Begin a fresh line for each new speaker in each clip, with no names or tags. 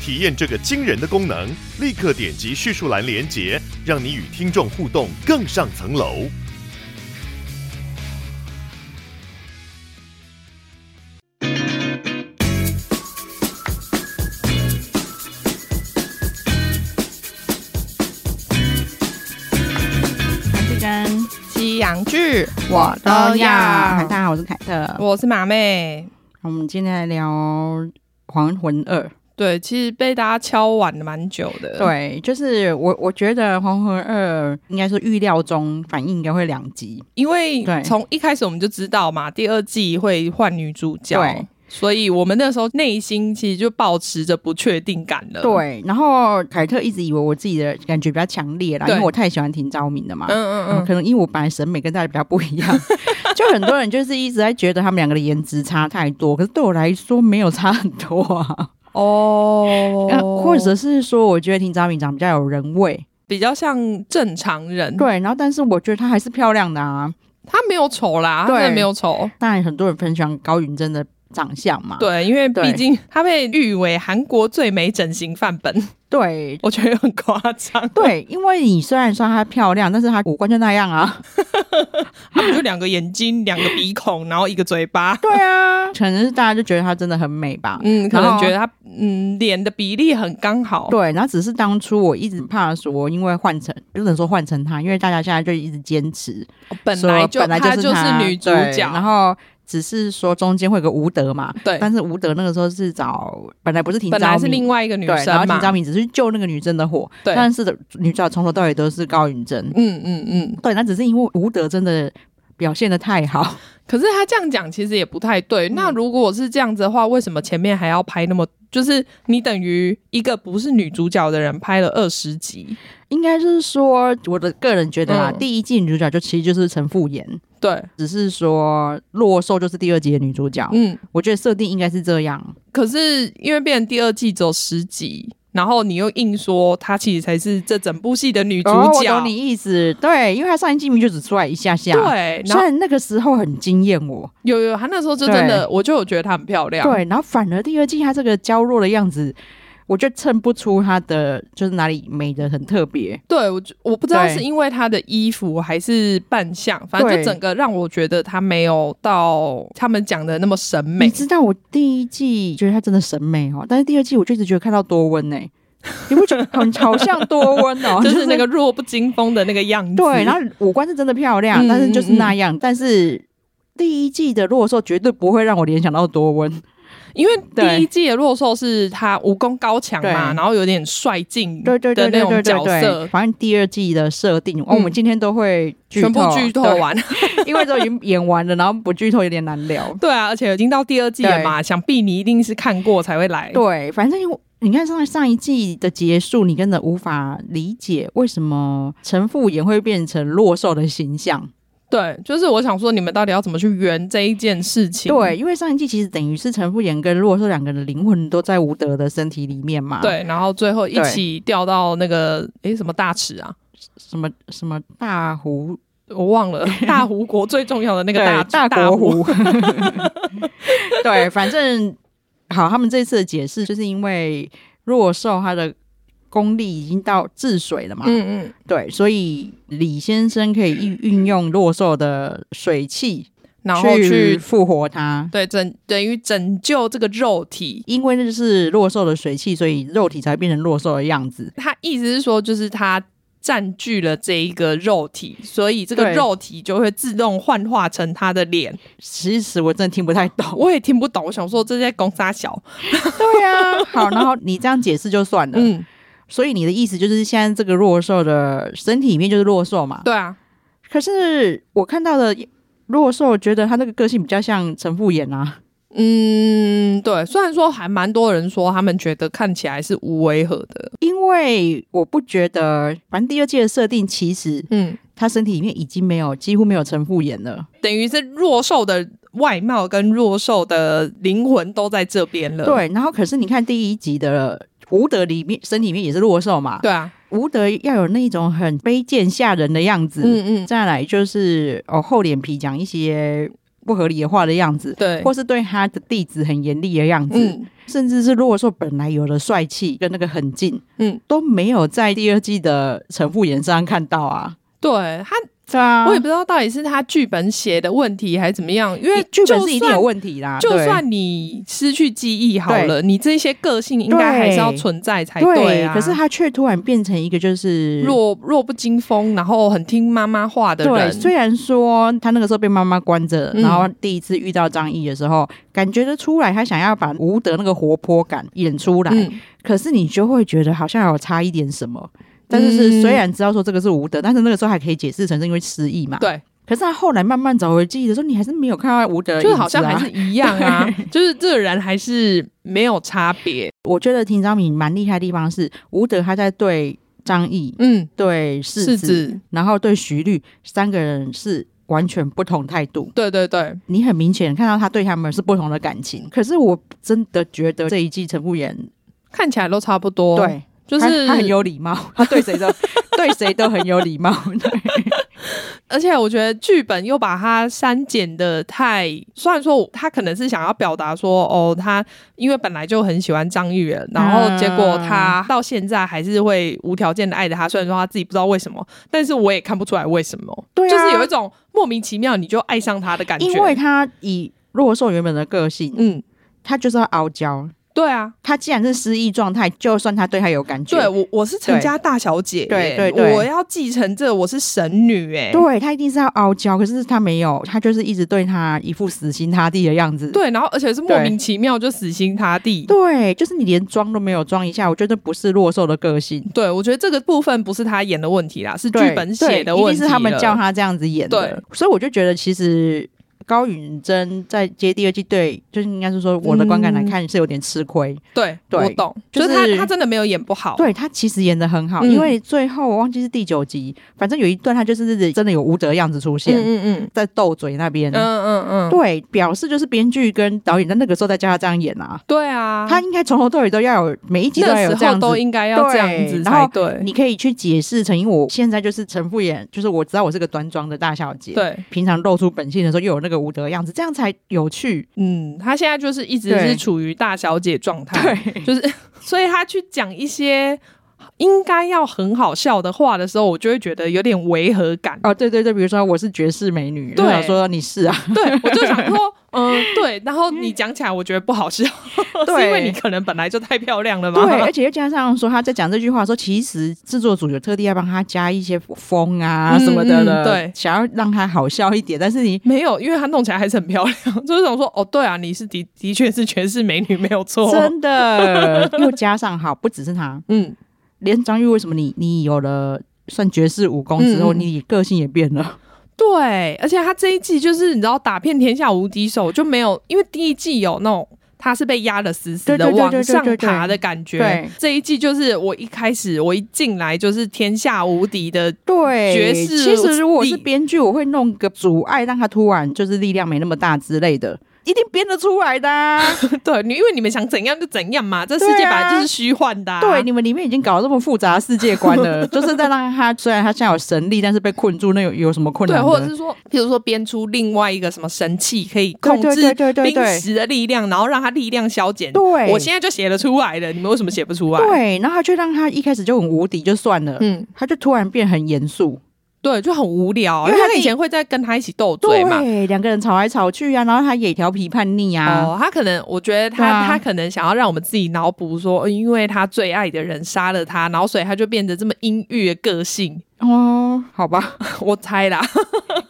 体验这个惊人的功能，立刻点击叙述栏连接，让你与听众互动更上层楼。
这根
西洋剧，
我
都要
大家好，我是凯特。
我是马妹。
我们今天来聊《还魂二》。
对，其实被大家敲碗了蛮久
呃
的。，
对，就是我，我觉得《还魂二》应该说预料中反应应该会两极。
因为
对
从一开始我们就知道嘛，第二季会换女主角
对，
所以我们那时候内心其实就保持着不确定感了。，
对，然后凯特一直以为我自己的感觉比较强烈啦，因
对
为我太喜欢听昭明的嘛。
嗯嗯
嗯，
嗯，
可能因为我本来审美跟大家比较不一 样，就很多人就是一直在觉得他们两个的颜值差太多，可是对我来说没有差很多啊。
哦
呃 或者是说，我觉得听张敏长比较有人味，
比较像正常人，
对。然后，但是我觉得她还是漂亮的啊。
她没有丑啦，她
对
真的没有丑。
当然，很多人分享高云真的长相嘛，
对，因为
对
毕竟她被誉为韩国最美整形范本，
对
我觉得很夸张。
对，因为你虽然说她漂亮，但是她五官就那样啊。
他们就两个眼睛、两个鼻孔，然后一个嘴巴。
对啊， 可能是大家就觉得她真的很美吧。
嗯，可
然
能
后
觉得他嗯脸的比例很刚好。
对，然后只是当初我一直怕说，因为换成不能说换成她，因为大家现在就一直坚持，
本
说
来就
本来
她
是
就
她
是女主
对
角，
然后只是说中间会有个吴德嘛，
对
但是吴德那个时候是找本来不是婷
本来
昭
是另
明。
外一个女
对，然后
生
婷
嘛。
昭明只是救那个女生的火，
对
但是女主角从头到尾都是高允贞。
嗯嗯嗯。
对，那只是因为吴德真的表现的太好，
可是她这样讲其实也不太对。那如果是这样子的话，为什么前面还要拍那么？就是你等于一个不是女主角的人拍了二十集，
应该是说我的个人觉得啊，
嗯
第一季女主角就其实就是陈复妍，
对，
只是说洛寿就是第二集的女主角。
嗯。
我觉得设定应该是这样，
可是因为变成第二季只有十集，然后你又硬说她其实才是这整部戏的女主
哦我
角，
懂你意思，对，因为她上一季明就只出来一下下，
对，然
虽
后
然那个时候很惊艳我，
有有，她那时候就真的，我就有觉得她很漂亮。，
对，然后反而第二季她这个娇弱的样子，我就衬不出她的就是哪里美的很特别。
对我就我不知道
对
是因为她的衣服还是扮相，反正
对
就整个让我觉得她没有到他们讲的那么审
你
美。
知道我第一季觉得她真的审美哦，但是第二季我就一直觉得看到多温呢、欸你不觉得很好像多温哦？
就是是那个弱不禁风的那个样子，嗯
对，然后五官是真的漂亮，但是就是那样，但是。第一季的洛兽绝对不会让我联想到多温，
因为
对
第一季的洛兽是他武功高强
对
嘛，然后有点帅劲
对对对
的那
对
种
对
角
对
色
对，，
嗯
反正第二季的设定，哦，我们今天都会剧
全部
透啊
剧透
对
完。
因为都已经演完了，然后不剧透有点难聊
。对啊，而且已经到第二季了嘛，想必你一定是看过才会来。
对，反正因为你看上上一季的结束，你真的无法理解为什么陈复妍会变成洛兽的形象。
对，就是我想说，你们到底要怎么去圆这一件事情？
对，因为上一季其实等于是陈复妍跟洛兽两个人的灵魂都在吴德的身体里面嘛。，
对，然后最后一起掉到那个诶什么大池啊，
什么什么大湖，
我忘了，大湖国最重要的那
那
个
大
大大
国。湖。对，反正好，他们这次的解释就是因为洛兽他的功力已经到治水了嘛。
嗯嗯，
对，所以李先生可以运运用洛兽的水气，
然后去
复活它。
对拯等于拯救这个肉体。
因为那是洛兽的水气，所以肉体才变成洛兽的样子。
他意思是说，就是他占据了这一个肉体，所以这个
对
肉体就会自动幻化成他的脸。
其实我真的听不 太懂。
我也听不懂，我想说这在攻杀小。
对啊， 好，然后你这样解释就算了。
嗯，
所以你的意思就是，现在这个洛兽的身体里面就是洛兽嘛？
对啊，
可是我看到的洛兽，觉得他那个个性比较像陈复眼啊。
嗯，对，虽然说还蛮多人说他们觉得看起来是无违和的，
因为我不觉得，反正第二季的设定其实
嗯，
他身体里面已经没有几乎没有陈复炎了。
等于是弱兽的外貌跟弱兽的灵魂都在这边了。
对，然后可是你看第一集的吴德里面身体里面也是弱兽嘛，
对啊，
吴德要有那种很卑贱吓人的样子，
嗯嗯，
再来就是哦厚脸皮讲一些不合理的话的样子，
对，
或是对他的弟子很严厉的样子，
嗯
甚至是如果说本来有的帅气跟那个狠劲，
嗯，
都没有在第二季的陈复言身上看到啊。
对他，
对啊
我也不知道到底是他剧本写的问题还是怎么样，因为
剧本
就是
一定
算
有问题啦，
就
对
算你失去记忆好
对
了，你这些个性应该还是要存在才
哎对
啊。
可是他却突然变成一个就是。
弱弱不禁风，然后很听妈妈话的
对，
人，
虽然说他那个时候被妈妈关着，
嗯
然后第一次遇到张译的时候，感觉得出来他想要把吴德那个活泼感演出来，
嗯，
可是你就会觉得好像有差一点什么。但是是
嗯
虽然知道说这个是吴德，但是那个时候还可以解释成是因为失忆嘛。。
对，
可是他后来慢慢找回记忆的时候，你还是没有看到吴德的、啊
就是好像还是，一 样啊，就是这个人还是没有差别。
我觉得秦昭敏蛮厉害的地方是，吴德他在对张译、
嗯，
对世
是
子，
指，
然后对徐律三个人是完全不同态度。
对对对，
你很明显看到他对他们是不同的感情。可是我真的觉得这一季陈复言，
看起来都差不多。，
对，
就
他
是
他很有礼貌， 他对谁都对谁都很有礼貌。对。
而且我觉得剧本又把它删减的太，虽然说我他可能是想要表达说，哦，他因为本来就很喜欢张玉了，然后结果他到现在还是会无条件的爱着他，虽然说他自己不知道为什么，但是我也看不出来为什么，
对啊啊
就是有一种莫名其妙你就爱上他的感觉，
因为他以洛兽原本的个性，
嗯，
他就是要傲娇。
对啊，
他既然是失忆状态，就算他对他有感觉，
对我我是陈
对
家大小姐耶，
对对对
我要继承这，我是神女，哎，
对他一定是要傲娇。可是他没有，他就是一直对他一副死心塌地的样子。
对，然后而且是莫名其妙就死心塌地，
对，就是你连装都没有装一下，我觉得不是洛兽的个性。
对，我觉得这个部分不是他演的问题啦，是剧
对
本写的
对
问
一定
题了。
是他们叫他这样子演的。所以我就觉得其实。高允贞在接第二季对，就是应该是说我的观感来看是有点吃亏，
对，
对
我懂，就
就是是
他他真的没有演不好。
对他其实演的很好，
嗯
因为最后我忘记是第九集，反正有一段他就是真的有吴德样子出
嗯，
现，
嗯嗯
在斗嘴那边。
嗯嗯嗯嗯，
对，表示就是编剧跟导演在那个时候在教他这样演啊，
对啊，
他应该从头到尾都要有每一集都要
那
有这
时候
样
都
子。
应该要这样子
对
才
然后
对。
你可以去解释成，因为我现在就是陈复演，就是我知道我是个端庄的大小姐，，
对，
平常露出本性的时候又有那个无德的样子，这样才有趣。
嗯，他现在就是一直
对
是处于大小姐状 态，
对，
就是 所以他去讲一些应该要很好笑的话的时候，我就会觉得有点违和 感。
哦，对对对，比如说我是绝世美女，
对
我想说你是 啊，
对，我就想说，嗯、对，然后你讲起来，我觉得不好笑， 是因为
对
你可能本来就太漂亮了嘛。
对，而且又加上说他在讲这句话的时候，其实制作组有特地要帮他加一些风啊
嗯
什么的了，
嗯对
想要让他好笑一点。但是你
没有，因为她弄起来还是很漂亮， 就是想说，哦，对啊，你是的的确是全是美女，没有错。
真的又加上好，不只是他，
嗯，
连张玉为什么你你有了算绝世武功之后，
嗯嗯
你个性也变了，
对，而且她这一季就是你知道打遍天下无敌手，就没有，因为第一季有那种。她是被压得死死的，
对对对
往
对对
上
对对
爬的感觉
对。
这一季就是我一开始我一进来就是天下无敌的，
对
绝世
其实如果
力
是编剧，我会弄个阻碍，让他突然就是力量没那么大之类的，一定编得出来的、啊。
对，你因为你们想怎样就怎样嘛，这世界
对
本
啊
来就是虚幻的、啊
对，你们里面已经搞这么复杂的世界观 了，就是在让他虽然他现在有神力，但是被困住，那有有什么困
对，
难呢？
或者是说，譬如说编出另外一个什么神器，可以
对
控
对
制
对对对
冰
对
石的力量，然后让它力量消减。
对
我现在就写了出来了，你们为什么写不出来？，
对，然后他就让他一开始就很无敌就算了，
嗯，
他就突然变很严肃，
对，就很无聊，啊
因为
因为他
他
以
以
前会在跟他一起斗嘴嘛。
对，两个人吵来吵去啊，然后他也调皮叛逆啊，
哦，他可能，我觉得他、
对啊
他可能想要让我们自己脑补说，呃因为他最爱的人杀了他，然后所以他就变得这么阴郁的个性，
哦，好吧，
我猜啦，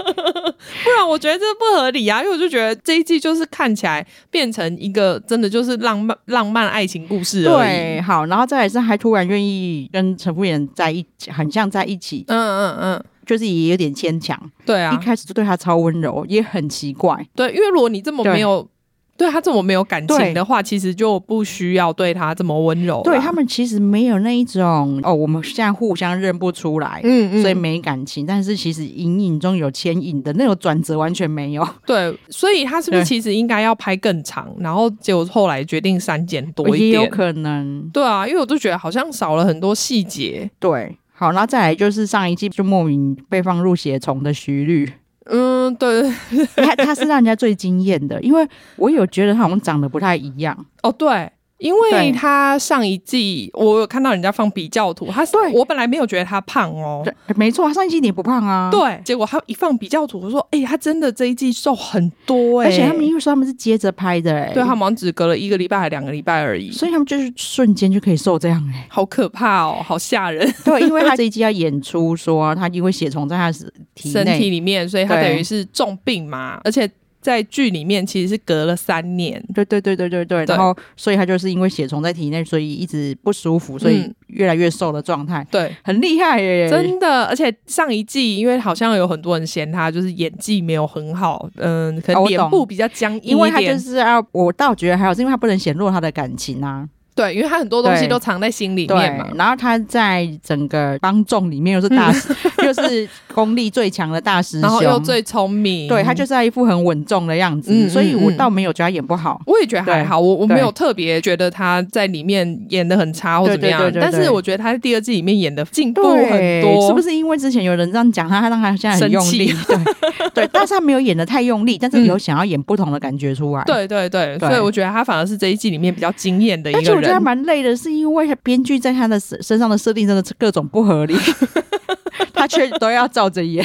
不然我觉得这不合理啊，因为我就觉得这一季就是看起来变成一个真的就是浪漫浪漫爱情故事而已。
对，好，然后再来是还突然愿意跟陈复演在一起，很像在一起，
嗯嗯嗯，
就是也有点牵强，
对
一
啊，
开始就对他超温柔，也很奇怪，
对，因为如果你这么
对
没有对他这么没有感
对
情的话，其实就不需要哦对啊他这么温柔啦。
对他们其实没有那一种哦，我们现在互相认不出来，
嗯，嗯嗯，
所以没感情，但是其实隐隐中有牵引的那种转折完全没有，
对，所以他是不
对
是其实应该要拍更长，然后结果后来决定删减多一
也有
点？
可能
对啊，因为我就觉得好像少了很多细节。
对。好，那再来就是上一季就莫名被放入血虫的徐律，
嗯，对，对
他他是让人家最惊艳的，因为我有觉得他好像长得不太一样，
哦，对。因
对
为他上一季我有看到人家放比较图，他是
对
我本来没有觉得他胖哦，
对，没错，他上一季你不胖啊，，
对，结果他一放比较图，我说哎、他真的这一季瘦很多哎、
而且他们因为说他们是接着拍的、欸，
对他，们好像只隔了一个礼拜还两个礼拜而已，
所以他们就是瞬间就可以瘦这样哎、
好可怕哦，好吓人。
对，因为他这一季要演出说他因为血虫在他的体
身体
内，
里面，所以他
对
等于是重病嘛，而且在剧里面其实是隔了三年。
对对对对对对，
对
然后所以他就是因为血虫在体内，所以一直不舒服，所以
嗯
越来越瘦的状态，
对，
很厉害耶、
真的，而且上一季因为好像有很多人嫌他就是演技没有很好，嗯，可
哦
能
我
脸
懂
部比较僵硬一点，
因为他就是要，我倒觉得还好，是因为他不能显露他的感情啊。
对，因为他很多东西
对
都藏在心里
对
面嘛，，
然后他在整个帮众里面又是大师， 又是功力最强的大师兄，
嗯然后又最聪明，
对他就是要一副很稳重的样子，
嗯
所以
嗯
我
嗯
倒没有觉得他演不好。
我也觉得还好，我我
对
没有特别觉得他在里面演的很差或
对
怎么样，
对对对对
但是我觉得他在第二季里面演的进步很
对，
多，
是不？是因为之前有人这样讲他，他让他现在很用力？对对，但是他没有演的太用力，但是
嗯
有想要演不同的感觉出来。，
对对对，
对
所以我觉得他反而是这一季里面比较惊艳的一个
而
人。
且我觉得他蛮累的，是因为编剧在他的身身上的设定真的是各种不合 理，他却都要照着演。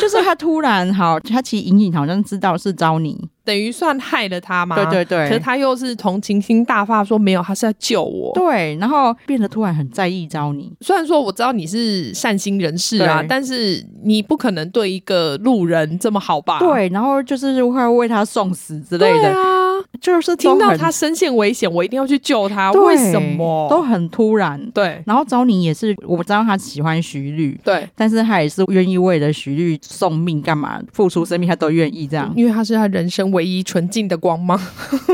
就是他突然好，他其实隐隐好像知道是招你，
等于算害了他嘛。
对对对，
啊可是他又是同情心大发，说没有，他是要救我。
对，然后变得突然很在意招你，
虽然说我知道你是善心人士啊
对，
但是你不可能对一个路人这么好吧？
对，然后就是会为他送死之类
啊对
的，
啊！
就是都
听到
很
他深陷危险，我一定要去救他。
对
啊为什么？
都很突然。
对
然后招你也是，我知道他喜欢徐律，
对，
但是他也是愿意为了徐律送命，干嘛付出生命，他都愿意这样。
因为他是他人生唯一纯净的光芒。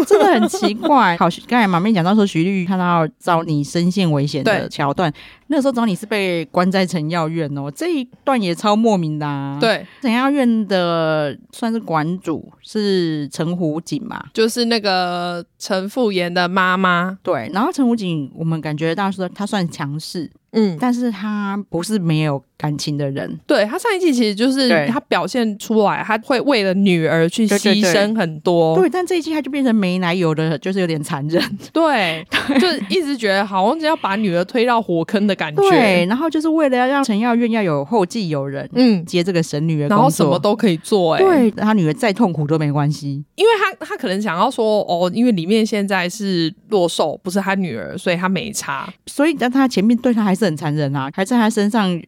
真的很奇 怪。好，刚才马妹讲到说，徐律看到招你深陷危险的
对
桥段，那个时候招你是被关在陈药院哦，这一段也超莫名的、啊。，
对，
陈药院的算是馆主是陈湖景嘛。
就是那个陈复言的妈妈。
对，然后陈湖景，我们感觉到说他算强势，
嗯，
但是他不是没有感情的人。
对他上一季其实就是
对
他表现出来，他会为了女儿去
对对
牺
对
牲很多。
对，但这一季他就变成没奶油的，就是有点残忍。
对，就一直觉得好像要把女儿推到火坑的感
对，
觉。
然后就是为了要让陈耀院要有后继有人，
嗯，
接这个神女的
然
工
后什
作，
么都可以做、欸，，
对他女儿再痛苦都没关系。
因为他他可能想要说，哦，因为里面现在是洛寿，不是他女儿，所以他没差
所以，但他前面对他还是很残忍啊，还在他身上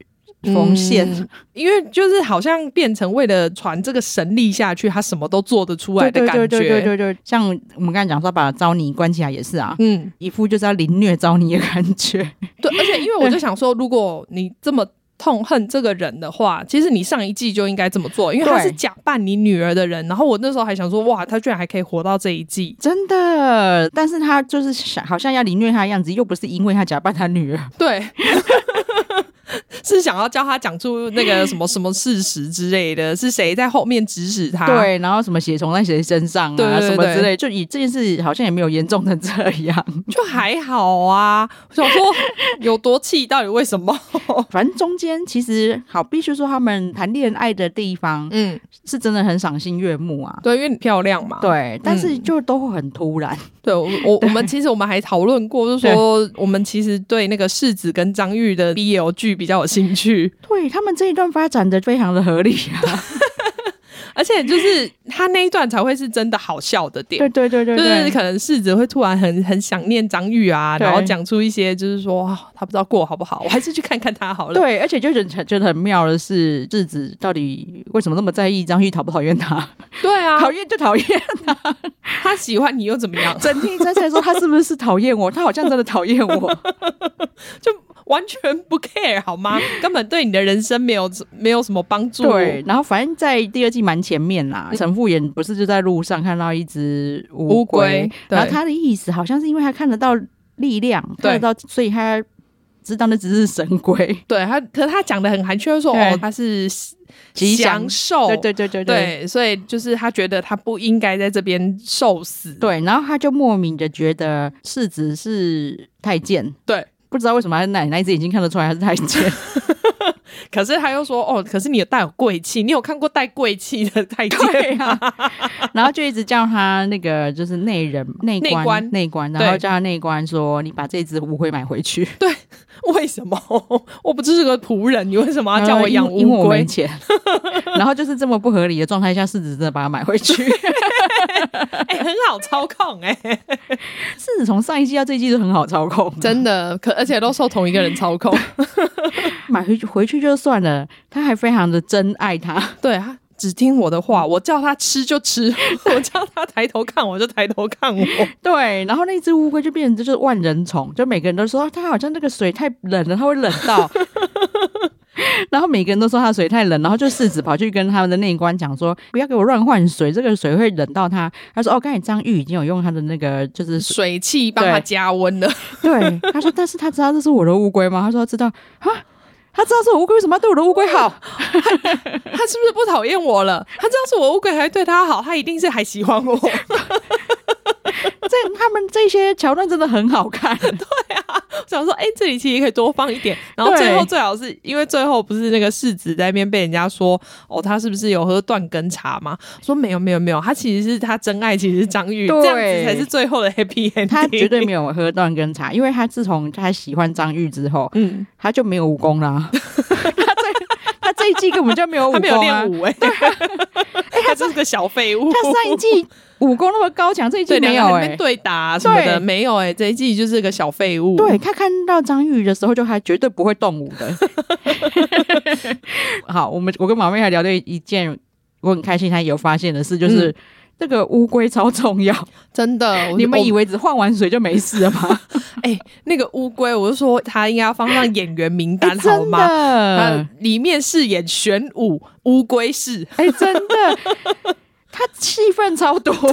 缝线。
嗯因为就是好像变成为了传这个神力下去，他什么都做得出来
对
的
对
感
对
觉。
对对对对，像我们刚才讲说，把招你关起来也是啊，
嗯，
一副就是要凌虐招你的感觉。
对， 而且因为我就想说，如果你这么。痛恨这个人的话，其实你上一季就应该这么做，因为他
对
是假扮你女儿的人。然后我那时候还想说，哇，他居然还可以活到这一季，
真的，但是他就是想，好像要凌虐他的样子，又不是因为他假扮他女儿，
对， 是想要教他讲出那个什么什么事实之类的，是谁在后面指使他？，
对，然后什么血虫在谁身上啊，
对对对
什么之
对
类，就以这件事好像也没有严重成这样，
就还好啊。我想说有多气，到底为什么？
反正中间其实好，必须说他们谈恋爱的地方
嗯，
是真的很赏心悦目啊，
对，因为你漂亮嘛。
对，但是
嗯
就都会很突然，
对，我 我我们其实我们还讨论过，就是说我们其实对那个世子跟张玉的 BL 剧比较有兴趣，
对他们这一段发展的非常的合理啊，
而且就是他那一段才会是真的好笑的点。
对对对对
就是
对，
可能世子会突然很很想念张玉啊，
对
然后讲出一些就是说、啊他不知道过好不好，我还是去看看他好了。
对，而且就觉得觉得很妙的是，日子到底为什么那么在意张玉讨不讨厌他？
对啊，
讨厌就讨厌，
他喜欢你又怎么样？
整天在猜说他是不是讨厌我，他好像真的讨厌我。
完全不 care 好吗？根本对你的人生没有没有什么帮助。
对，然后反正在第二季蛮前面啦，陈富衍不是就在路上看到一只乌
乌龟对
然后他的意思好像是因为他看得到力量，看
对
得到，所以他知道那只是神龟。
对他，可是他讲的很含蓄，他说
对
哦，他是
吉祥
享受，
对对对对对。
哦对，所以就是他觉得他不应该在这边受死。
对，然后他就莫名的觉得世子是太监，
对，
不知道为什么他奶奶一直已经看得出来他是太监，
可是他又说哦，可是你有带有贵气，你有看过带贵气的太监吗？
然后就一直叫他那个就是内人内
内
官
官
内官，然
对
后叫他内官说你把这只乌龟买回去，
为什么？ 我不就是个仆人，你为什么要啊叫我养
呃因为
乌
我没
龟？
钱。 然后就是这么不合理的状态下，世子真的把它买回 去。
哎、很好操控哎、
世子从上一季到这一季都很好操控，
真的，可而且都受同一个人操控。
买回去回去就算了，他还非常的珍爱 它。
对他只听我的话，我叫他吃就吃， 我叫他抬头看我就抬头看我。
对，然后那只乌龟就变成就是万人宠，就每个人都说它好像这个水太冷了，它会冷 到。然后每个人都说它水太冷，然后就世子跑去跟他们的内官讲说，不要给我乱换水，这个水会冷到它。他说哦，刚才张玉已经有用他的那个就是
水汽帮他
对
加温了，
对，他说，但是他知道这是我的乌龟吗？他说他知道啊，他知道是我乌龟，为什么要对我的乌龟好？
他是不是不讨厌我了？他知道是我乌龟还对他好，他一定是还喜欢我。
这他们这些桥段真的很好 看，
想说，哎、这里其实可以多放一点。然后最后
对
最好是因为最后不是那个世子在那边被人家说，哦，他是不是有喝断根茶嘛？说没有没有没有，他其实是他真爱，其实是张玉，
对
这样子才是最后的 happy ending。
他绝对没有喝断根茶，因为他自从他喜欢张玉之后，
嗯，
他就没有武功啦。 他这他这一季根本就没有武
他
功、啊，
没有练武哎、欸，他就是个小废物。
他上一季武功那么高强，这一季
对
没
两
有
个人在那
哎、
边对打、什么的
对
没有哎、这一季就是个小废物。
对他看到张玉的时候，就还绝对不会动武的。 好，我们我跟马妹还聊到一件我很开心，她有发现的事，就是。这个乌龟超重 要，
真的，我
你嗯们
我
以为只换完水就没事了 吗？
哎、那个乌龟，我是说他应该要放上演员名单好
哎真
吗？呃
的，，
里面饰演玄武乌龟是，
哎，真的， 他戏份超多，
我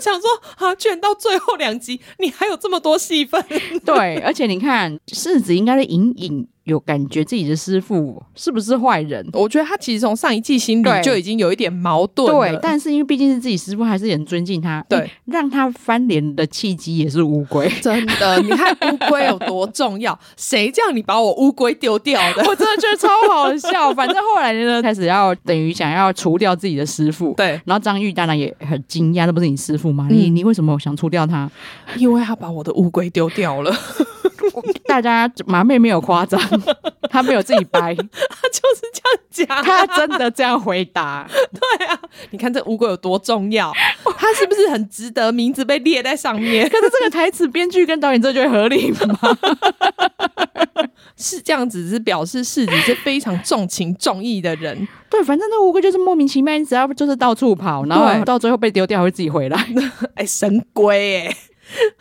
想说啊，居然到最后两集你还有这么多戏份，
对，而且你看世子应该是隐隐有感觉自己的师傅是不是坏人，
我觉得他其实从上一季心
对
里就已经有一点矛盾了
对，但是因为毕竟是自己师傅，还是很尊敬他，
对
哎让他翻脸的契机也是乌 龟。
真的，你看乌龟有多重要，谁叫你把我乌龟丢掉的？
我真的觉得超好笑。反正后来呢，开始要等于想要除掉自己的师傅。
对，
然后张玉当然也很惊讶，这不是你师傅吗？你
嗯
你为什么想除掉他？
因为他把我的乌龟丢掉了，
大家马妹没有夸 张，她没有自己 掰，
他就是这样讲。
她真的这样回答。
你看这乌龟有多重要，他是不是很值得名字被列在上面？
可是这个台词，编剧跟导演这就会合理吗？
是这样子，是表示世子是非常重情重义的 人。
对，反正那乌龟就是莫名其妙，只要就是到处跑，然后
对
到最后被丢掉，会自己回来。
哎、神龟
欸
哎、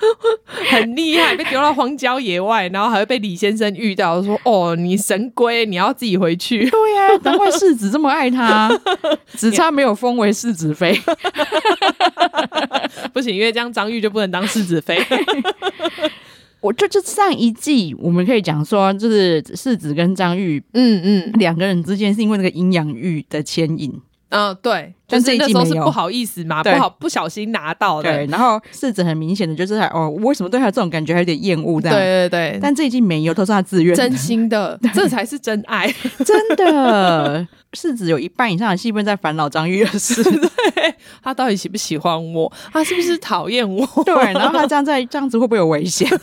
很厉害，被丢到荒郊野外，然后还会被李先生遇到，说：“哦，你神龟，你要自己回去。
对 呀、难怪世子这么爱 他，只差没有封为世子妃。”
不行，因为这样张玉就不能当世子 妃。
我就就上一季，我们可以讲说，就是世子跟张玉
嗯嗯，
两个人之间是因为那个阴阳玉的牵引，
啊、对，就
但这
是
一
那
季
时候
没
是
有
不好意思嘛，不
对
好不小心拿到的
哦对。。然后世子很明显的就是哦，我为什么对他有这种感觉，还有点厌恶这样。
对对对，
但这一季没有，都是他自愿的，
真 心的，这才是真爱。
真的。 世子有一半以上的戏份在烦恼张玉的 事，
他到底喜不喜欢我？他是不是讨厌我？
对。然后他这样在这样子会不会有危险？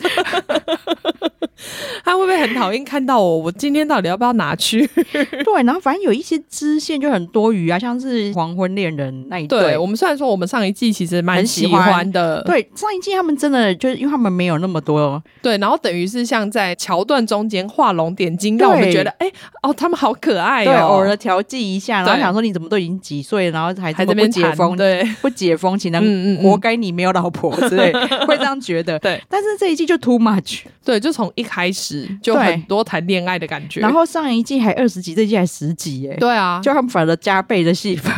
他会不会很讨厌看到我？我今天到底要不要拿去？
对。然后反正有一些支线就很多余啊，像是黄昏恋人那一对，
对我们虽然说我们上一季其实蛮
很喜
喜
欢
欢的，
对上一季他们真的就是因为他们没有那么多
对，然后等于是像在桥段中间画龙点睛，让我们
对
觉得哎、哦，他们好可爱
对，哎偶
哦，
尔调剂一下，然后
对
想说你怎么都已经几岁，然后还
还
这么不
这边
解
解
封，
封，，对
不解封，岂能
嗯嗯嗯
活该 你没有老婆之类，会这样觉得。
对
但是这一季就 too much，
对，就从一开始
是，
就很
对。
多谈恋爱的感觉。
然后上一季还二十集，这季还十集耶，
对啊，
就他们反而加倍的戏 份。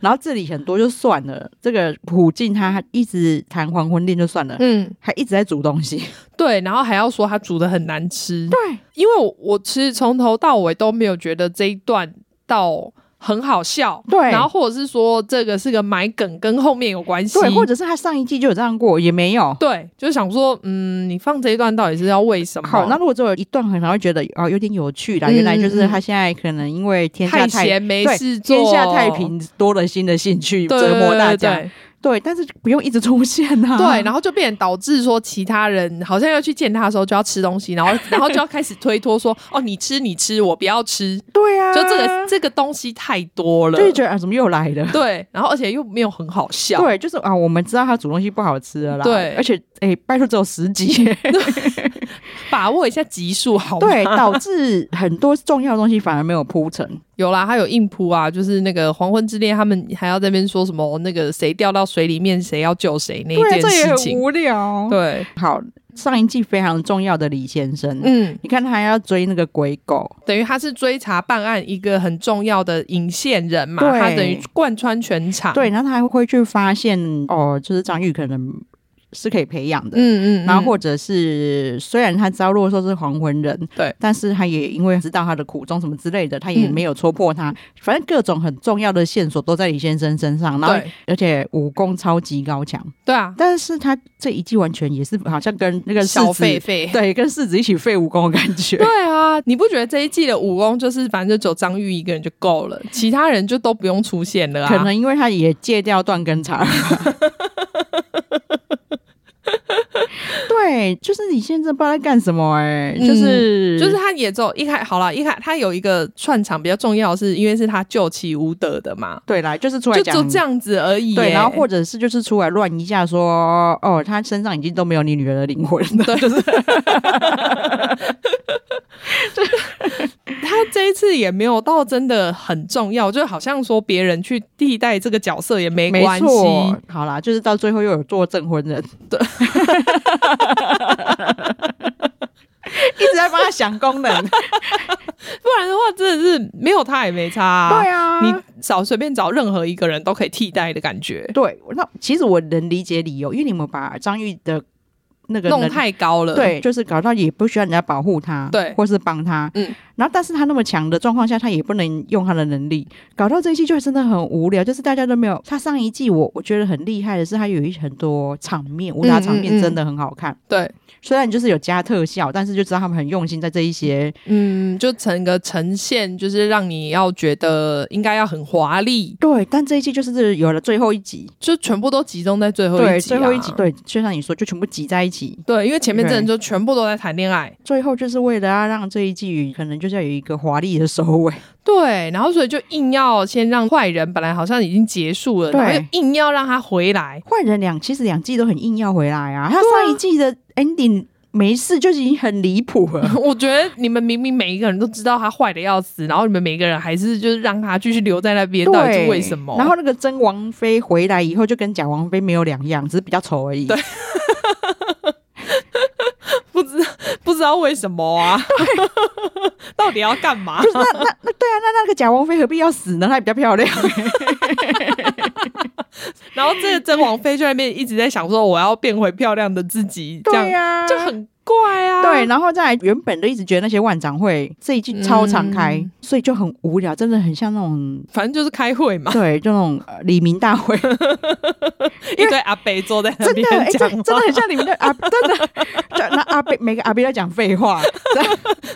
然后这里很多就算了，这个普静他一直谈黄昏恋就算了，
嗯，
还一直在煮东西。
对，然后还要说他煮的很难吃，
对，
因为我我其实从头到尾都没有觉得这一段到很好笑，
对
然后或者是说这个是个埋梗，跟后面有关系，
对，或者是他上一季就有这样过，也没有。
对，就想说，嗯，你放这一段到底是要为什么？
好，那如果只有一段，可能会觉得哦有点有趣啦。
嗯
原来就是他现在可能因为天下
太
太
闲没
对
事做，
天下太平，多了新的兴趣
对，
折磨大家。
对 对
对，但是不用一直出现啊呐、
对对，然
后
后就变导致说其他人好像要去见他的时候就要吃东西，然后然后就要开始推脱说，哦，你吃你吃，我不要吃，
对啊，
就这个这个东西太多了，
就会觉得啊，怎么又来了？
对，然后而且又没有很好笑，
对，就是啊，我们知道他煮东西不好吃了啦。
对
而且哎、拜托只有十集，
把握一下集数好 吗？
对，导致很多重要的东西反而没有铺陈。
有啦，他有硬扑啊，就是那个《黄昏之恋》，他们还要在那边说什么那个谁掉到水里面，谁要救谁那
对啊，
一
这
件
也
事
很
情。
无聊。，
对，
好，上一季非常重要的李先生，
嗯，
你看他要追那个鬼狗，
等于他是追查办案一个很重要的引线人嘛，
对
他等于贯穿全场。
对，，然后他还会去发现哦，就是张玉可能是可以培养的。
嗯嗯，
然后或者是虽然他招落说是黄昏人，
对，
但是他也因为知道他的苦衷什么之类的，他也
嗯
没有戳破他。反正各种很重要的线索都在李先生身上，然后
对
而且武功超级高强，
对啊，
但是他这一季完全也是好像跟那个世
小
子
狒狒。
对，跟世子一起废武功的感 觉。
对啊，你不觉得这一季的武功就是反正就只有张玉一个人就够了，其他人就都不用出现了啊？
可能因为他也戒掉断根 茶。对，就是你现在不知道在干什么哎、
嗯
就是
就是他也只有一开好了，一开他有一个串场比较重要的是，因为是他救其无德的嘛，
对啦，就是出来
就
讲
就这。样子而已耶。
对，然后或者是就是出来乱一下说，哦，他身上已经都没有你女儿的灵魂了，对， 就是
他这一次也没有到真的很重要，就好像说别人去替代这个角色也没
没
关系。
错。好啦，就是到最后又有做证婚 人， 对，一直在帮他想功 能，
不然的话，真的是没有他也没差、啊。
对啊，
你找随便找任何一个人都可以替代的感觉，
对，那其实我能理解理由，因为你们把张玉的那个
弄
能
太高了。
对，就是搞到也不需要人家保护他，
对
或是帮他，
嗯。
然后，但是他那么强的状况下，他也不能用他的能力，搞到这一季就真的很无聊。就是大家都没有他上一季我，我觉得很厉害的是，他有一很多场面武打场
嗯嗯
面
嗯
真的很好看。
对，
虽然就是有加特效，但是就知道他们很用心在这一些。
嗯，就整个呈现就是让你要觉得应该要很华丽，
对，但这一季就是有了最后一集，
就全部都集中在最后
对，
一集、
最
啊。
后一集，对，就像你说，就全部挤在一起。
对，因为前面真的就全部都在谈恋爱，
最后就是为了要让这一季可能就是要有一个华丽的收 尾，
对，然后所以就硬要先让坏人本来好像已经结束了，
对
然后又硬要让他回来，
坏人两其实两季都很硬要回来啊，他上一季的 ending 没事就已经很离谱 了。
我觉得你们明明每一个人都知道他坏的要死，然后你们每一个人还是就是让他继续留在那边，到底是为什么？
然后那个真王妃回来以后，就跟假王妃没有两样，只是比较丑而已。对，
不知 不知道为什么 啊，到底要干 嘛？
就是那那那对啊，那那个假王妃何必要死呢？她也比较漂 亮。
然后这个真王妃就在那边一直在想说，我要变回漂亮的自己，这样、
呀
就很怪啊。
对，然后再来，原本都一直觉得那些万长会这一季超常开，
嗯
所以就很无聊，真的很像那种
反正就是开会 嘛，
对，就那种呃李明大会。
一堆阿伯 坐在那
真
边
的，哎、这
讲
真
话
的，很像你们的 阿，真的，就那阿贝每个阿贝在讲废 话，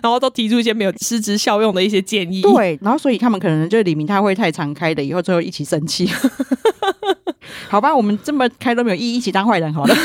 然后都提出一些没有实质效用的一些建议。
对，然后所以他们可能就是李明他会太常开的，以后最后一起生气。 好吧，我们这么开都没有意义，一起当坏人好了。
啊，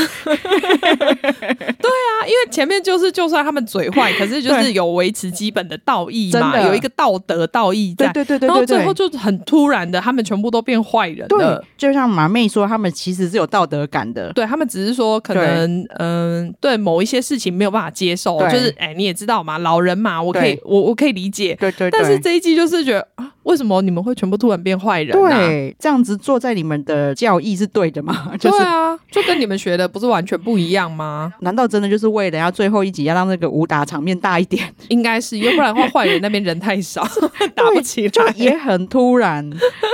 因为前面就是，就算他们嘴 坏，可是就是
对
有维持基本的道义
真
嘛，
的
有一个道德道义在。
对对对对
然后
对
最后
对。
就很突然的，他们全部都变坏人
对
了。，
就像马妹说，他们其实是有道德感的。
对他们只是说，可能嗯，对某一些事情没有办法接受，
对
就是哎，你也知道嘛，老人嘛，我可以
对，
我我可以理解。
对对对，
但是这一季就是觉得啊，为什么你们会全部突然变坏人、啊？，
对，这样子做在你们的教义是对的吗？ 就是
对啊，就跟你们学的不是完全不一样吗？
难道真的就是为了要最后一集要让那个武打场面大一点，
应该是，要不然的话，坏人那边人太少， 打不起
就
来。
也很突然，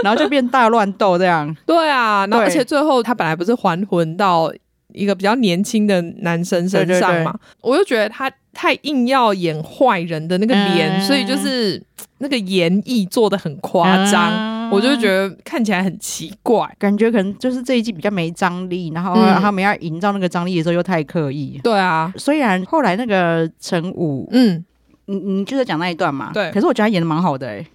然后就变大乱斗这样？
对啊，然后
对
而且最后他本来不是还魂到一个比较年轻的男生身上嘛，我就觉得他太硬要演坏人的那个脸，
嗯
所以就是嘖那个演绎做的很夸张，
嗯
我就觉得看起来很奇怪。
感觉可能就是这一季比较没张力，然后
嗯
他们要营造那个张力的时候又太刻意。
对啊，
虽然后来那个陈武，
嗯，
你你就是讲那一段嘛，
对
可是我觉得他演的蛮好的哎、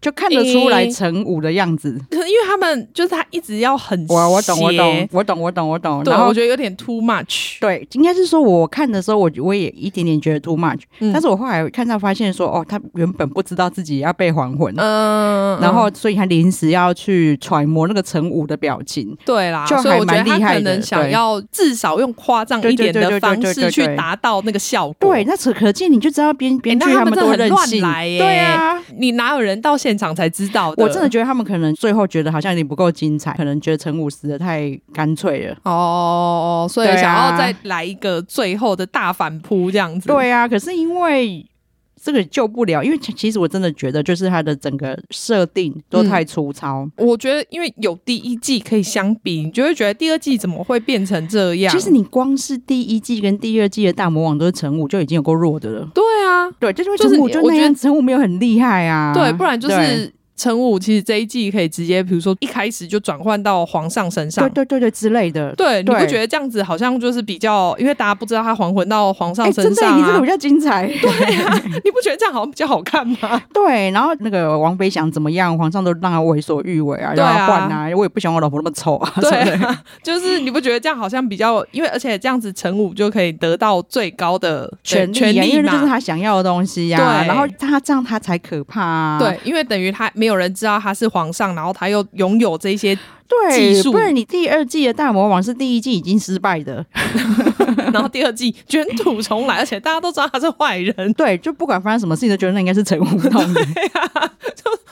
就看得出来陈武的样子。
可能因为他们就是他一直要很
我我懂我懂
邪，
我懂我懂我懂，
对，
然后
我觉得有点 too much。
对，应该是说我看的时候，我我也一点点觉得 too much，、
嗯
但是我后来看到发现说，哦，他原本不知道自己要被还魂，
嗯，
然后所以他临时要去揣摩那个陈武的表情，
对啦，
就还
所以我觉得
蛮厉
他
害
可
的
能想
对
要至少用夸张一
对对
点
对对
的方
对对对
式去
对
达到那个效果。
对，那可可见你就知道编编
哎那
剧
他们
们多
真的很
任
乱
性，
来耶
对啊。
你哪有人到现场才知道的？
我真的觉得他们可能最后觉得好像有点不够精彩，可能觉得陈武死的太干脆了。
哦，所以
对啊
想要再来一个最后的大反扑这样子。
对啊，可是因为这个救不了，因为其其实我真的觉得就是他的整个设定都太粗糙。
我觉得因为有第一季可以相比，你就会觉得第二季怎么会变成这样？
其实你光是第一季跟第二季的大魔王都是陈武就已经有够弱的了。
对啊，
对，就是因为
就是
陈武
你
就
我
那
觉
样，
得
陈武没有很厉害啊。
对，不然就
对
是陈武其实这一季可以直接，比如说一开始就转换到皇上身上
对。对对对之类的。
对，你
对
不觉得这样子好像就是比较，因为大家不知道他还魂到皇
哎、
上身
真的，
上
你这个
啊
比？较精彩。
对啊，你不觉得这样好像比较好看吗？
对，然后那个王菲想怎么样，皇上都让他为所欲为啊，
对
让
啊
他换啊，我也不喜欢我老婆那么丑啊，
对
什么 的
啊，就是你不觉得这样好像比较，因为而且这样子陈武就可以得到最高的
权利啊，
权利
因为
嘛，
这就是他想要的东西呀、
对
然后他这样他才可怕、啊，
对，因为等于他没有人知道他是皇上，然后他又拥有这些， 技
对，
术
不然你第二季的大魔王是第一季已经失败的，
然后第二季卷土重来，而且大家都知道他是坏人，
对，就不管发生什么事情都觉得那应该是陈武弄 的，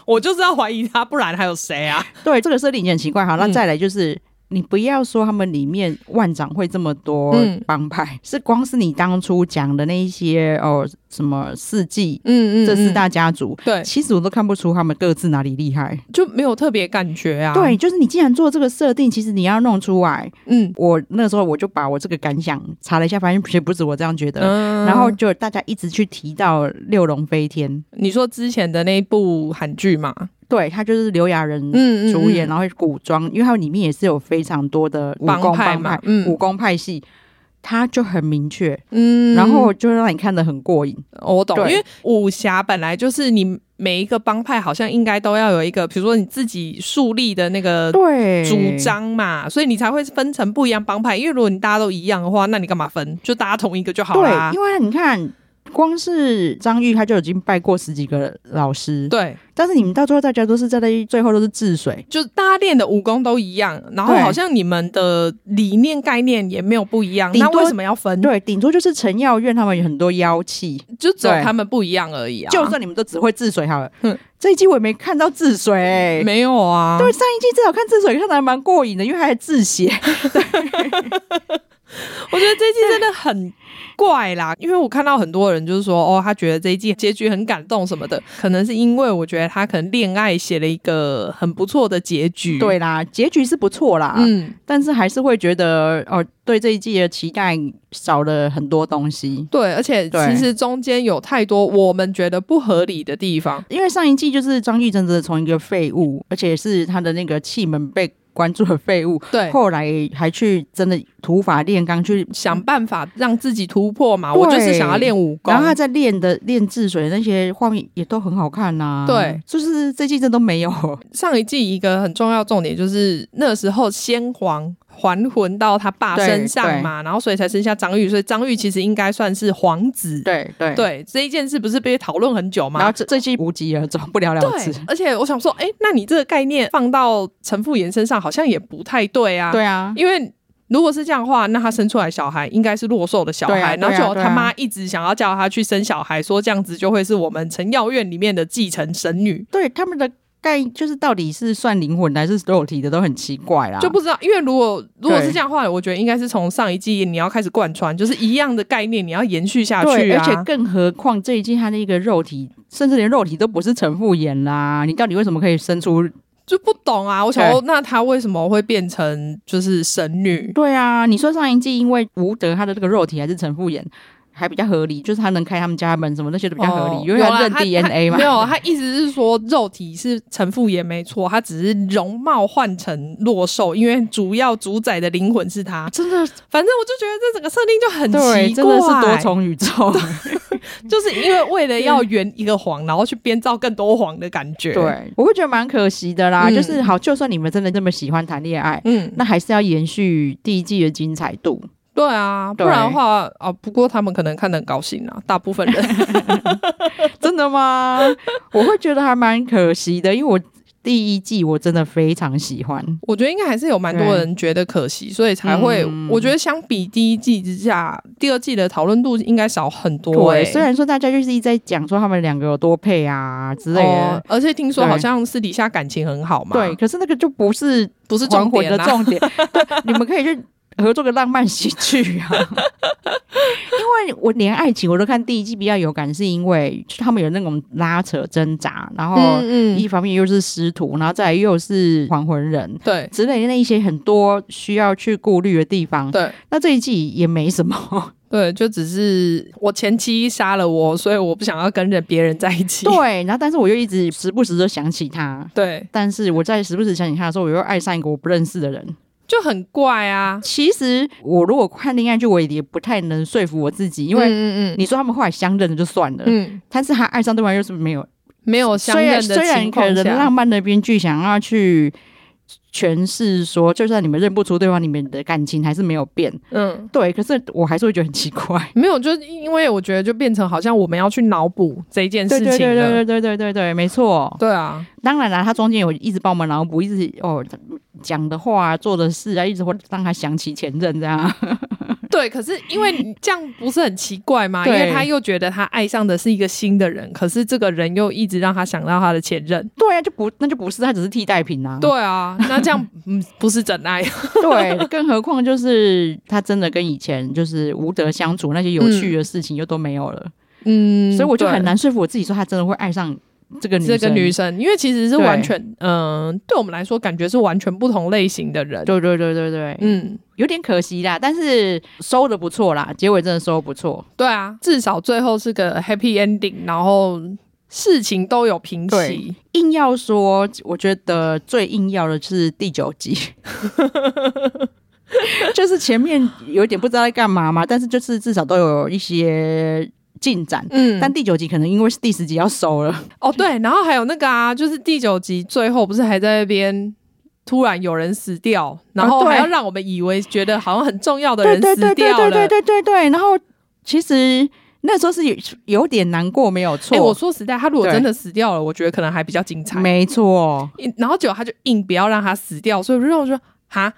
我就是要怀疑他，不然还有谁啊？
对，这个设定已经很奇怪。好，那
嗯
再来就是。你不要说他们里面万长会这么多
嗯
帮派，是光是你当初讲的那一些哦，什么四季、
嗯
这四大家族，
对，
其实我都看不出他们各自哪里厉害。
就没有特别感觉啊。
对，，就是你既然做这个设定，其实你要弄出来。
嗯
我那时候我就把我这个感想查了一下，发现其实不止我这样觉得。
嗯
然后就大家一直去提到六龙飞天，
你说之前的那一部韩剧嘛，
对他就是刘亚仁
嗯
主演，
嗯
然后古装，因为它里面也是有非常多的武
帮
功
派
帮
嘛
派、
嗯
武功派系，他就很明确，
嗯
然后就让你看得很过瘾。
我懂，
对
因为武侠本来就是你每一个帮派好像应该都要有一个，比如说你自己树立的那个
对，
主张嘛，所以你才会分成不一样帮派。因为如果你大家都一样的话，那你干嘛分？就大家同一个就好啦
对，。因为你看。光是张玉，他就已经拜过十几个老师，
对，
但是你们到最后，大家都是在那最后都是治水。
就大家练的武功都一样，然后
对
好像你们的理念概念也没有不一样，
顶
那
多
为什么要分？，
对，顶多就是陈耀院他们有很多妖气，
就只有
对
他们不一样而已啊。
就算你们都只会治水好了。
嗯
这一季我也没看到治水、欸，
没有啊，
对，上一季至少看治水看的还蛮过瘾的，因为还治血。
我觉得这一季真的很怪啦，因为我看到很多人就是说，哦，他觉得这一季结局很感动什么的，可能是因为我觉得他可能恋爱写了一个很不错的结局。
对，啦，结局是不错啦，
嗯，
但是还是会觉得哦，对这一季的期待少了很多东西。
对，而且
对
其实中间有太多我们觉得不合理的地方。
因为上一季就是张玉真的从一个废物，而且是他的那个气门被关住的废物，
对。
后来还去真的土法炼钢去
想办法让自己突破嘛，
对
我就是想要练武功
然。后他在练的练治水的那些画面也都很好看呐、
对，
就是这季真都没有。
上一季一个很重要重点就是那时候先皇还魂到他爸身上嘛，然后所以才生下张玉，所以张玉其实应该算是皇子。
对对。
对这一件事不是被讨论很久吗？
然后这这季无疾而终，不了了之
对。，而且我想说，哎、那你这个概念放到陈复言身上好像也不太对啊。，
对啊，
因为如果是这样的话，那他生出来小孩应该是弱瘦的小孩，
对啊
然后
对啊
就
对啊
他妈一直想要叫他去生小孩，说这样子就会是我们陈耀院里面的继承神女。
对他们的概就是到底是算灵魂的还是肉体的，都很奇怪啦。
就不知道，因为如果如果是
对
这样的话，我觉得应该是从上一季你要开始贯穿，就是一样的概念，你要延续下
对，
去、啊。
而且更何况这一季他的一个肉体，甚至连肉体都不是陈复演啦，你到底为什么可以生出？
就不懂啊，我想说，那她为什么会变成就是神女？
对啊，你说上一季因为吴德他的这个肉体还是陈复演。还比较合理，就是他能开他们家门什么那些都比较合理，
哦
因为啊他
有啦
认
她
DNA 嘛。
她没有，啊她意思是说肉体是陈复也没错，她只是容貌换成洛兽，因为主要主宰的灵魂 是她。
真的
反正我就觉得这整个设定就很
对，
奇怪，
真的是多，重宇宙。
就是因为为了要圆一个谎，然后去编造更多谎的感觉。，
对，我会觉得蛮可惜的啦。
嗯
就是好，就算你们真的这么喜欢谈恋爱，
嗯，
那还是要延续第一季的精彩度。
对啊，不
对
然的话啊，不过他们可能看得很高兴啊，大部 分人
真的吗？ 我会觉得还蛮可惜的，因为我第一季我真的非常喜欢。
我觉得应该还是有蛮多人觉得可惜，所以才会、
嗯
我觉得相比第一季之下，第二季的讨论度应该少很多、欸。
对，虽然说大家就是一直在讲说他们两个有多配啊之类的。
哦，而且听说
对
好像私底下感情很好嘛，
对，，可是那个就不是
不是
还
重
魂
点啊
的
啦。
重 点，对，你们可以去合作个浪漫喜剧 啊。因为我连爱情我都看第一季比较有感，是因为就他们有那种拉扯挣扎，然后
嗯
一
嗯，
方面又是师徒，然后再来又是还魂人
对
之类的那一些很多需要去顾虑的地方。
对
那这一季也没什 么，
对，就只是我前妻杀了我，所以我不想要跟着别人在一起。
对。然后，但是我又一直时不时就想起他。
对，
但是我在时不时想起他的时候，我又爱上一个我不认识的人。
就很怪啊，
其实我如果看恋爱剧，我也不太能说服我自己，因
嗯
为
嗯嗯
你说他们后来相认了就算了，
嗯，
但是他爱上对方又是没有。
没有相
虽
认
然
的
虽然
情
可
况
能
下
浪。漫的编剧想要去诠释说，就算你们认不出对方，你们的感情还是没有变。
嗯，
对，可是我还是会觉得很奇怪。
没有，就是因为我觉得就变成好像我们要去脑补这一件 事
对
情了。
对对对对对对对对，没错。
对啊，
当然啦，他中间有一直帮我们脑补，一直哦讲的话、啊、做的事啊，一直会让他想起前任这样。
对。可是因为你这样不是很奇怪吗？因
对
为他又觉得他爱上的是一个新的人，可是这个人又一直让他想到他的前任。
对啊，就不那就不是，他只是替代品啊。
对啊，那这样嗯不是真爱。
对，更何况就是他真的跟以前就是无德相处那些有趣的事情又都没有了，
嗯
所以我就很。难说服我自己说他真的会爱上这个女
对
生。
这个女生，因为其实是完全，嗯、对我们来说感觉是完全不同类型的人。
对对对对对，
嗯，
有点可惜啦，但是收的不错啦，结尾真的收的不错。
对啊，至少最后是个 happy ending，然后事情都有平
对
息。
硬要说，我觉得最硬要的是第九集，就是前面有一点不知道在干嘛嘛，但是就是至少都有一些进展。
嗯
但第九集可能因为是第十集要收了，
哦，对，然后还有那个啊，就是第九集最后不是还在那边突然有人死掉，然后
对
还要让我们以为觉得好像很重要的
对
人
对
死
对对对
掉
对
了。
对对对。然后其实那时候是有有点难过，没有
哎、
错，
我说实在，他如果
对
真的死掉了，我觉得可能还比较精彩。
没错，
嗯然后结果他就硬不要让他死掉，所以我就让我说哈，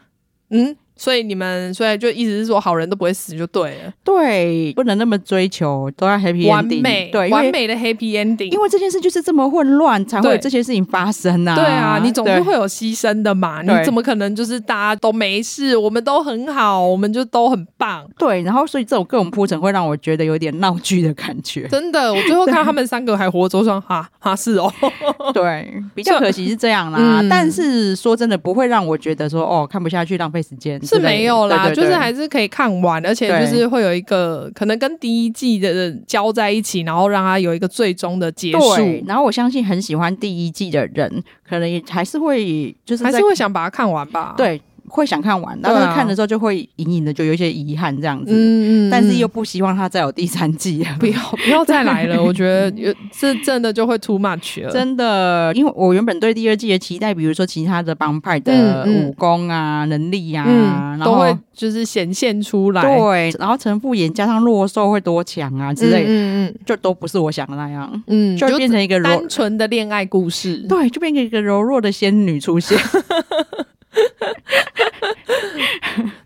嗯，所以你们所以就一直是说好人都不会死就对了，
对，不能那么追求，都要 happy ending，
完美，
对，因为
完美的 happy ending。
因为这件事就是这么混乱，才会有
对
这些事情发生啊。
对啊，你总是
对
会有牺牲的嘛，你
对
怎么可能就是大家都没事，我们都很好，我们就都很棒？
对，然后所以这种各种铺陈会让我觉得有点闹剧的感觉。
真的，我最后看到他们三个还活着，我说哈哈是哦，
对，比较
就
可惜是这样啦。
嗯
但是说真的，不会让我觉得说哦看不下去，浪费时间之
是
类的
没有啦，
对对对
就是还是可以看完，而且就是会有一个可能跟第一季的交在一起，然后让它有一个最终的结
对
束。，
然后我相信很喜欢第一季的人，可能也还是会就是
还
在
是会想把它看完吧？，
对会想看完，然
对啊
后看的时候就会隐隐的就有一些遗憾这样子。
嗯
但是又不希望他再有第三季啊。
不要不要再来 了，我觉得有这真的就会 too much 了。
真的，因为我原本对第二季的期待，比如说其他的帮派的
嗯嗯
武功啊、能力啊，
嗯，
然
都
后
会就是显现出来
对，然后陈复演加上洛兽会多强啊之类的，
嗯嗯
就都不是我想的那样，
嗯，嗯
就
就
变成一个柔
单，纯的恋爱故事。
对，就变成一个柔弱的仙女出现。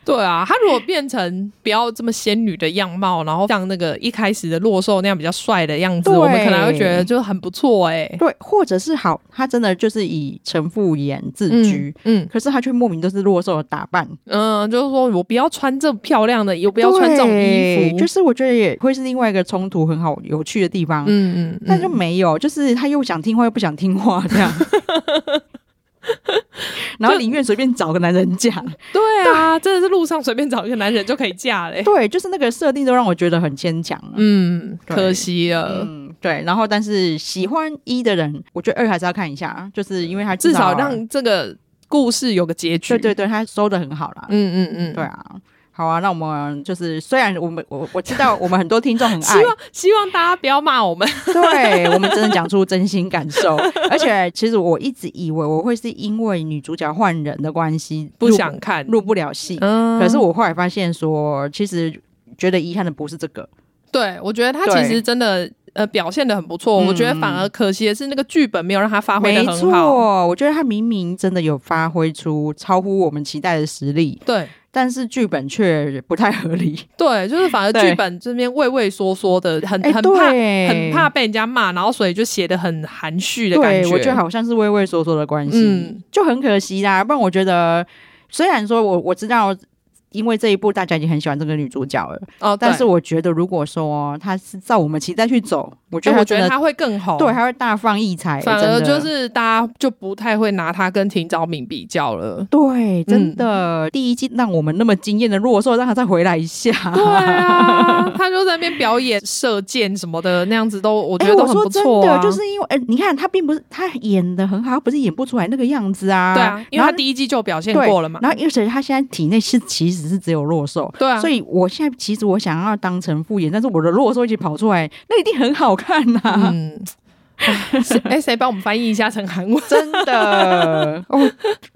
对啊，他如果变成不要这么仙女的样貌，然后像那个一开始的洛兽那样比较帅的样子，
对
我们可能会觉得就很不错哎、
对，或者是好，他真的就是以城府眼自居，
嗯
可是他却莫名都是弱瘦的打扮，
嗯，就是说我不要穿这么漂亮的，也不要穿这种衣
对
服，
就是我觉得也会是另外一个冲突很好有趣的地方。
嗯嗯，
但就
嗯
没有，就是他又想听话又不想听话这样， 然后宁愿随便找个男 人嫁。
对啊，真的是路上随便找一个男人就可以嫁哎嘞、
对，就是那个设定都让我觉得很牵强了。
嗯，
对
可惜了。
嗯，对。然后，但是喜欢一的人，我觉得二还是要看一下，啊就是因为他
至
少
少让这个故事有个结局。
对对对，他收的很好啦。
嗯嗯嗯，
对。啊，好啊，那我们就是虽然我们我我知道我们很多听众很爱
希，望希望大家不要 骂我们。
对我们真的讲出真心感受，而且其实我一直以为我会是因为女主角换人的关系
不
入
想看，
入不了戏，
嗯
可是我后来发现说，其实觉得遗憾的不是这个，
对我觉得他其
对
实真的呃表现的很不错，
嗯
我觉得反而可惜的是那个剧本没有让他发挥的
没
很好。
错，我觉得他明明真的有发挥出超乎我们期待的实力，
对
但是剧本却不太合理，
对，就是反而
对
剧本这边畏畏缩缩的，很
哎
很怕
对
很怕被人家骂，然后所以就写的很含蓄的感
对
觉。
我觉得好像是畏畏缩缩的关系，
嗯
就很可惜啦。不然我觉得，虽然说我我知道。因为这一部大家已经很喜欢这个女主角了，
哦，
但
对
是我觉得如果说她是照我们期待去走，我觉得
就哎我
她
觉
真
得
的
他会更好。
对，还会大放异彩，
反
哎真
而
的
就是大家就不太会拿他跟婷昭敏比 较了。
对，
嗯
真的，第一季让我们那么惊艳的弱兽，让他再回来一下。
对啊，他就在那边表演射箭什么的，那样子都我觉
哎、
得都
我
很不
说真
错、啊
的，就是因为，哎、你看他并不是他演的很好，他不是演不出来那个样子啊。
对啊，因为
然后
他第一季就表现过了嘛。
然后，而且他现在体内是其实是只有弱兽，
对啊，
所以我现在其实我想要当成副演，但是我的弱兽一起跑出来，那一定很好看呐、
嗯，
啊
谁哎谁帮我们翻译一下成韩文？
真的哦，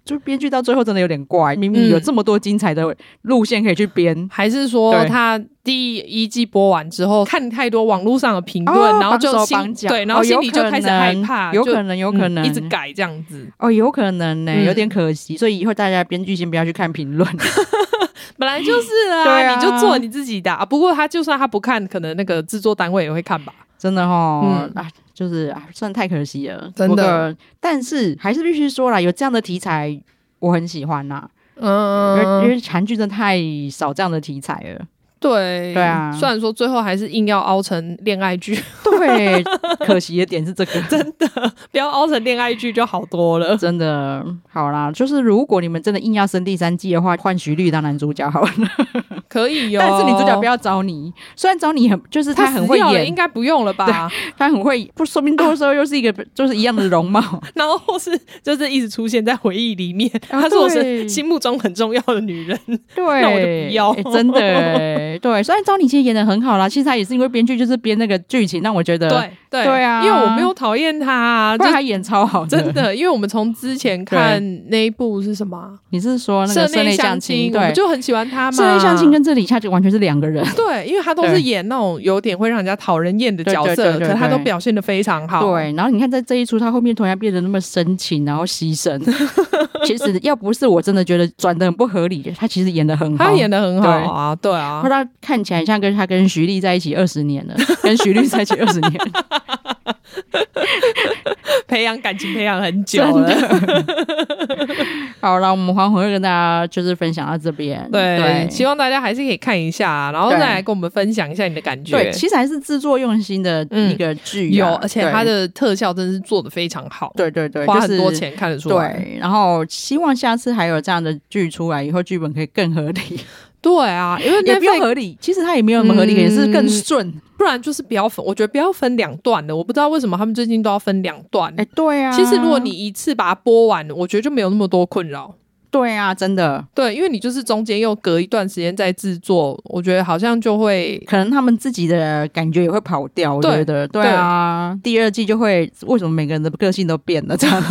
就编剧到最后真的有点怪，明明有
嗯
这么多精彩的路线可以去编，
还是说
对
他第一季播完之后看太多网络上的评论，
哦
嗯然后
绑
就
手
心
绑脚
对，然后
哦
心
有
里就
可
开始害
能
怕，
有
就
可能，有可
嗯
能、
一直改这样子。
哦，有可能呢、
嗯
有点可惜，所以以后大家编剧先不要去看评论。
本来就是啊，
对啊
你就做你自己的啊、不过他就算他不看，可能那个制作单位也会看吧。
真的哦，
嗯
啊，就是啊，算太可惜了，
真的
不过。但是还是必须说啦，有这样的题材我很喜欢呐、因为因
嗯，
为韩剧真的太少这样的题材 了。
对
对啊
虽然说最后还是硬要凹成恋爱剧，
对，可惜的点是这个，真
不要凹成恋爱剧就好多了。
真的好啦。就是如果你们真的硬要生第三季的话，换徐律当男主角好了，
可以哟、
但是女主角不要找你，虽然找你很就是
他
他很会
死掉了
演
应，该不用了吧？
他很会，不说明多的时候又 是一个就是一样的容貌。
然后或是就是一直出现在回忆里面。
啊
她是我是
对
心目中很重要的女人，
对，
那我就不要
欸真的欸，对，虽然张你其实演的很好啦，其实他也是因为编剧就是编那个剧情让我觉得，，
对
对啊
因为我没有讨厌她啊，
不
就
然他演超好的。
真，的，因为我们从之前看那一部是什么啊
你是说那
《
个
社内
相
相亲》，我
对
们，就很喜欢她嘛。
社内相亲跟这里下就完全是两个人。
对，因为她都是
对
演那种有点会让人家讨人厌的角
对对
色，
对对
可她都
对
表现的非常 好。
对，然后你看在这一出，他后面突然变得那么深情，然后牺 牲。其实要不是我真的觉得转的很不合理，他其实演的很好。
她演的很好啊，对 啊
后，他看起来像跟他跟徐丽在一起二十年了，跟徐律在一起二 十年，
培养感情培养很久
真
了。
的。 好了，我们黄昏跟大家就是分享到这边。
对，希
望
望大家还是可以看一下啊，然后再
对
来跟我们分享一下你的感觉。
对，其实还是制作用心的一个剧啊、
嗯有，而且
对
它的特效真的是做的非常好，
对对对，
花很多
就是
钱看得出来。
对，然后希望下次还有这样的剧出来，以后剧本可以更合 理，
对啊，因为
也
那
不用
份
合理，其实它也没有那么合理，
嗯
也是更顺。
不然就是不要分，我觉得不要分两段的，我不知道为什么他们最近都要分两段
哎、。对啊，
其实如果你一次把它播完，我觉得就没有那么多困扰。
对啊，真的，
对，因为你就是中间又隔一段时间再制作，我觉得好像就会
可能他们自己的感觉也会跑掉，我
对
觉得对啊，第二季就会为什么每个人的个性都变了，这样。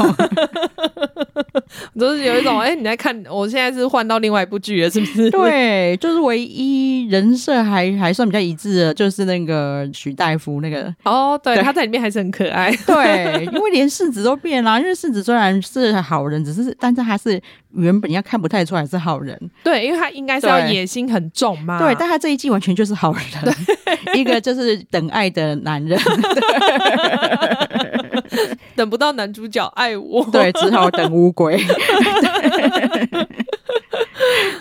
就是有一种哎、你在看，我现在是换到另外一部剧了，是不是？，
对，就是唯一人设还还算比较一致的，就是那个许大夫那 个。
哦，对，
对
他在里面还是很可爱。
对，因为连世子都变了，因为世子虽然是好人，只是但是他是原本要看不太出来是好人，
对，因为他应该是要
对
野心很重嘛。
对，但他这一季完全就是好人， 一个就是等爱的男 人，
等不到男主角爱我。
对，只好等乌龟。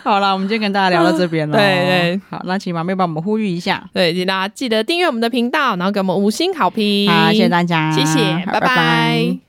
好了，我们今天跟大家聊到这边了。
对对，
好，那请马妹帮我们呼吁一下，
对，请大家记得订阅我们的频道，然后给我们五星好评。
好，谢谢大家，
谢谢，
好
拜拜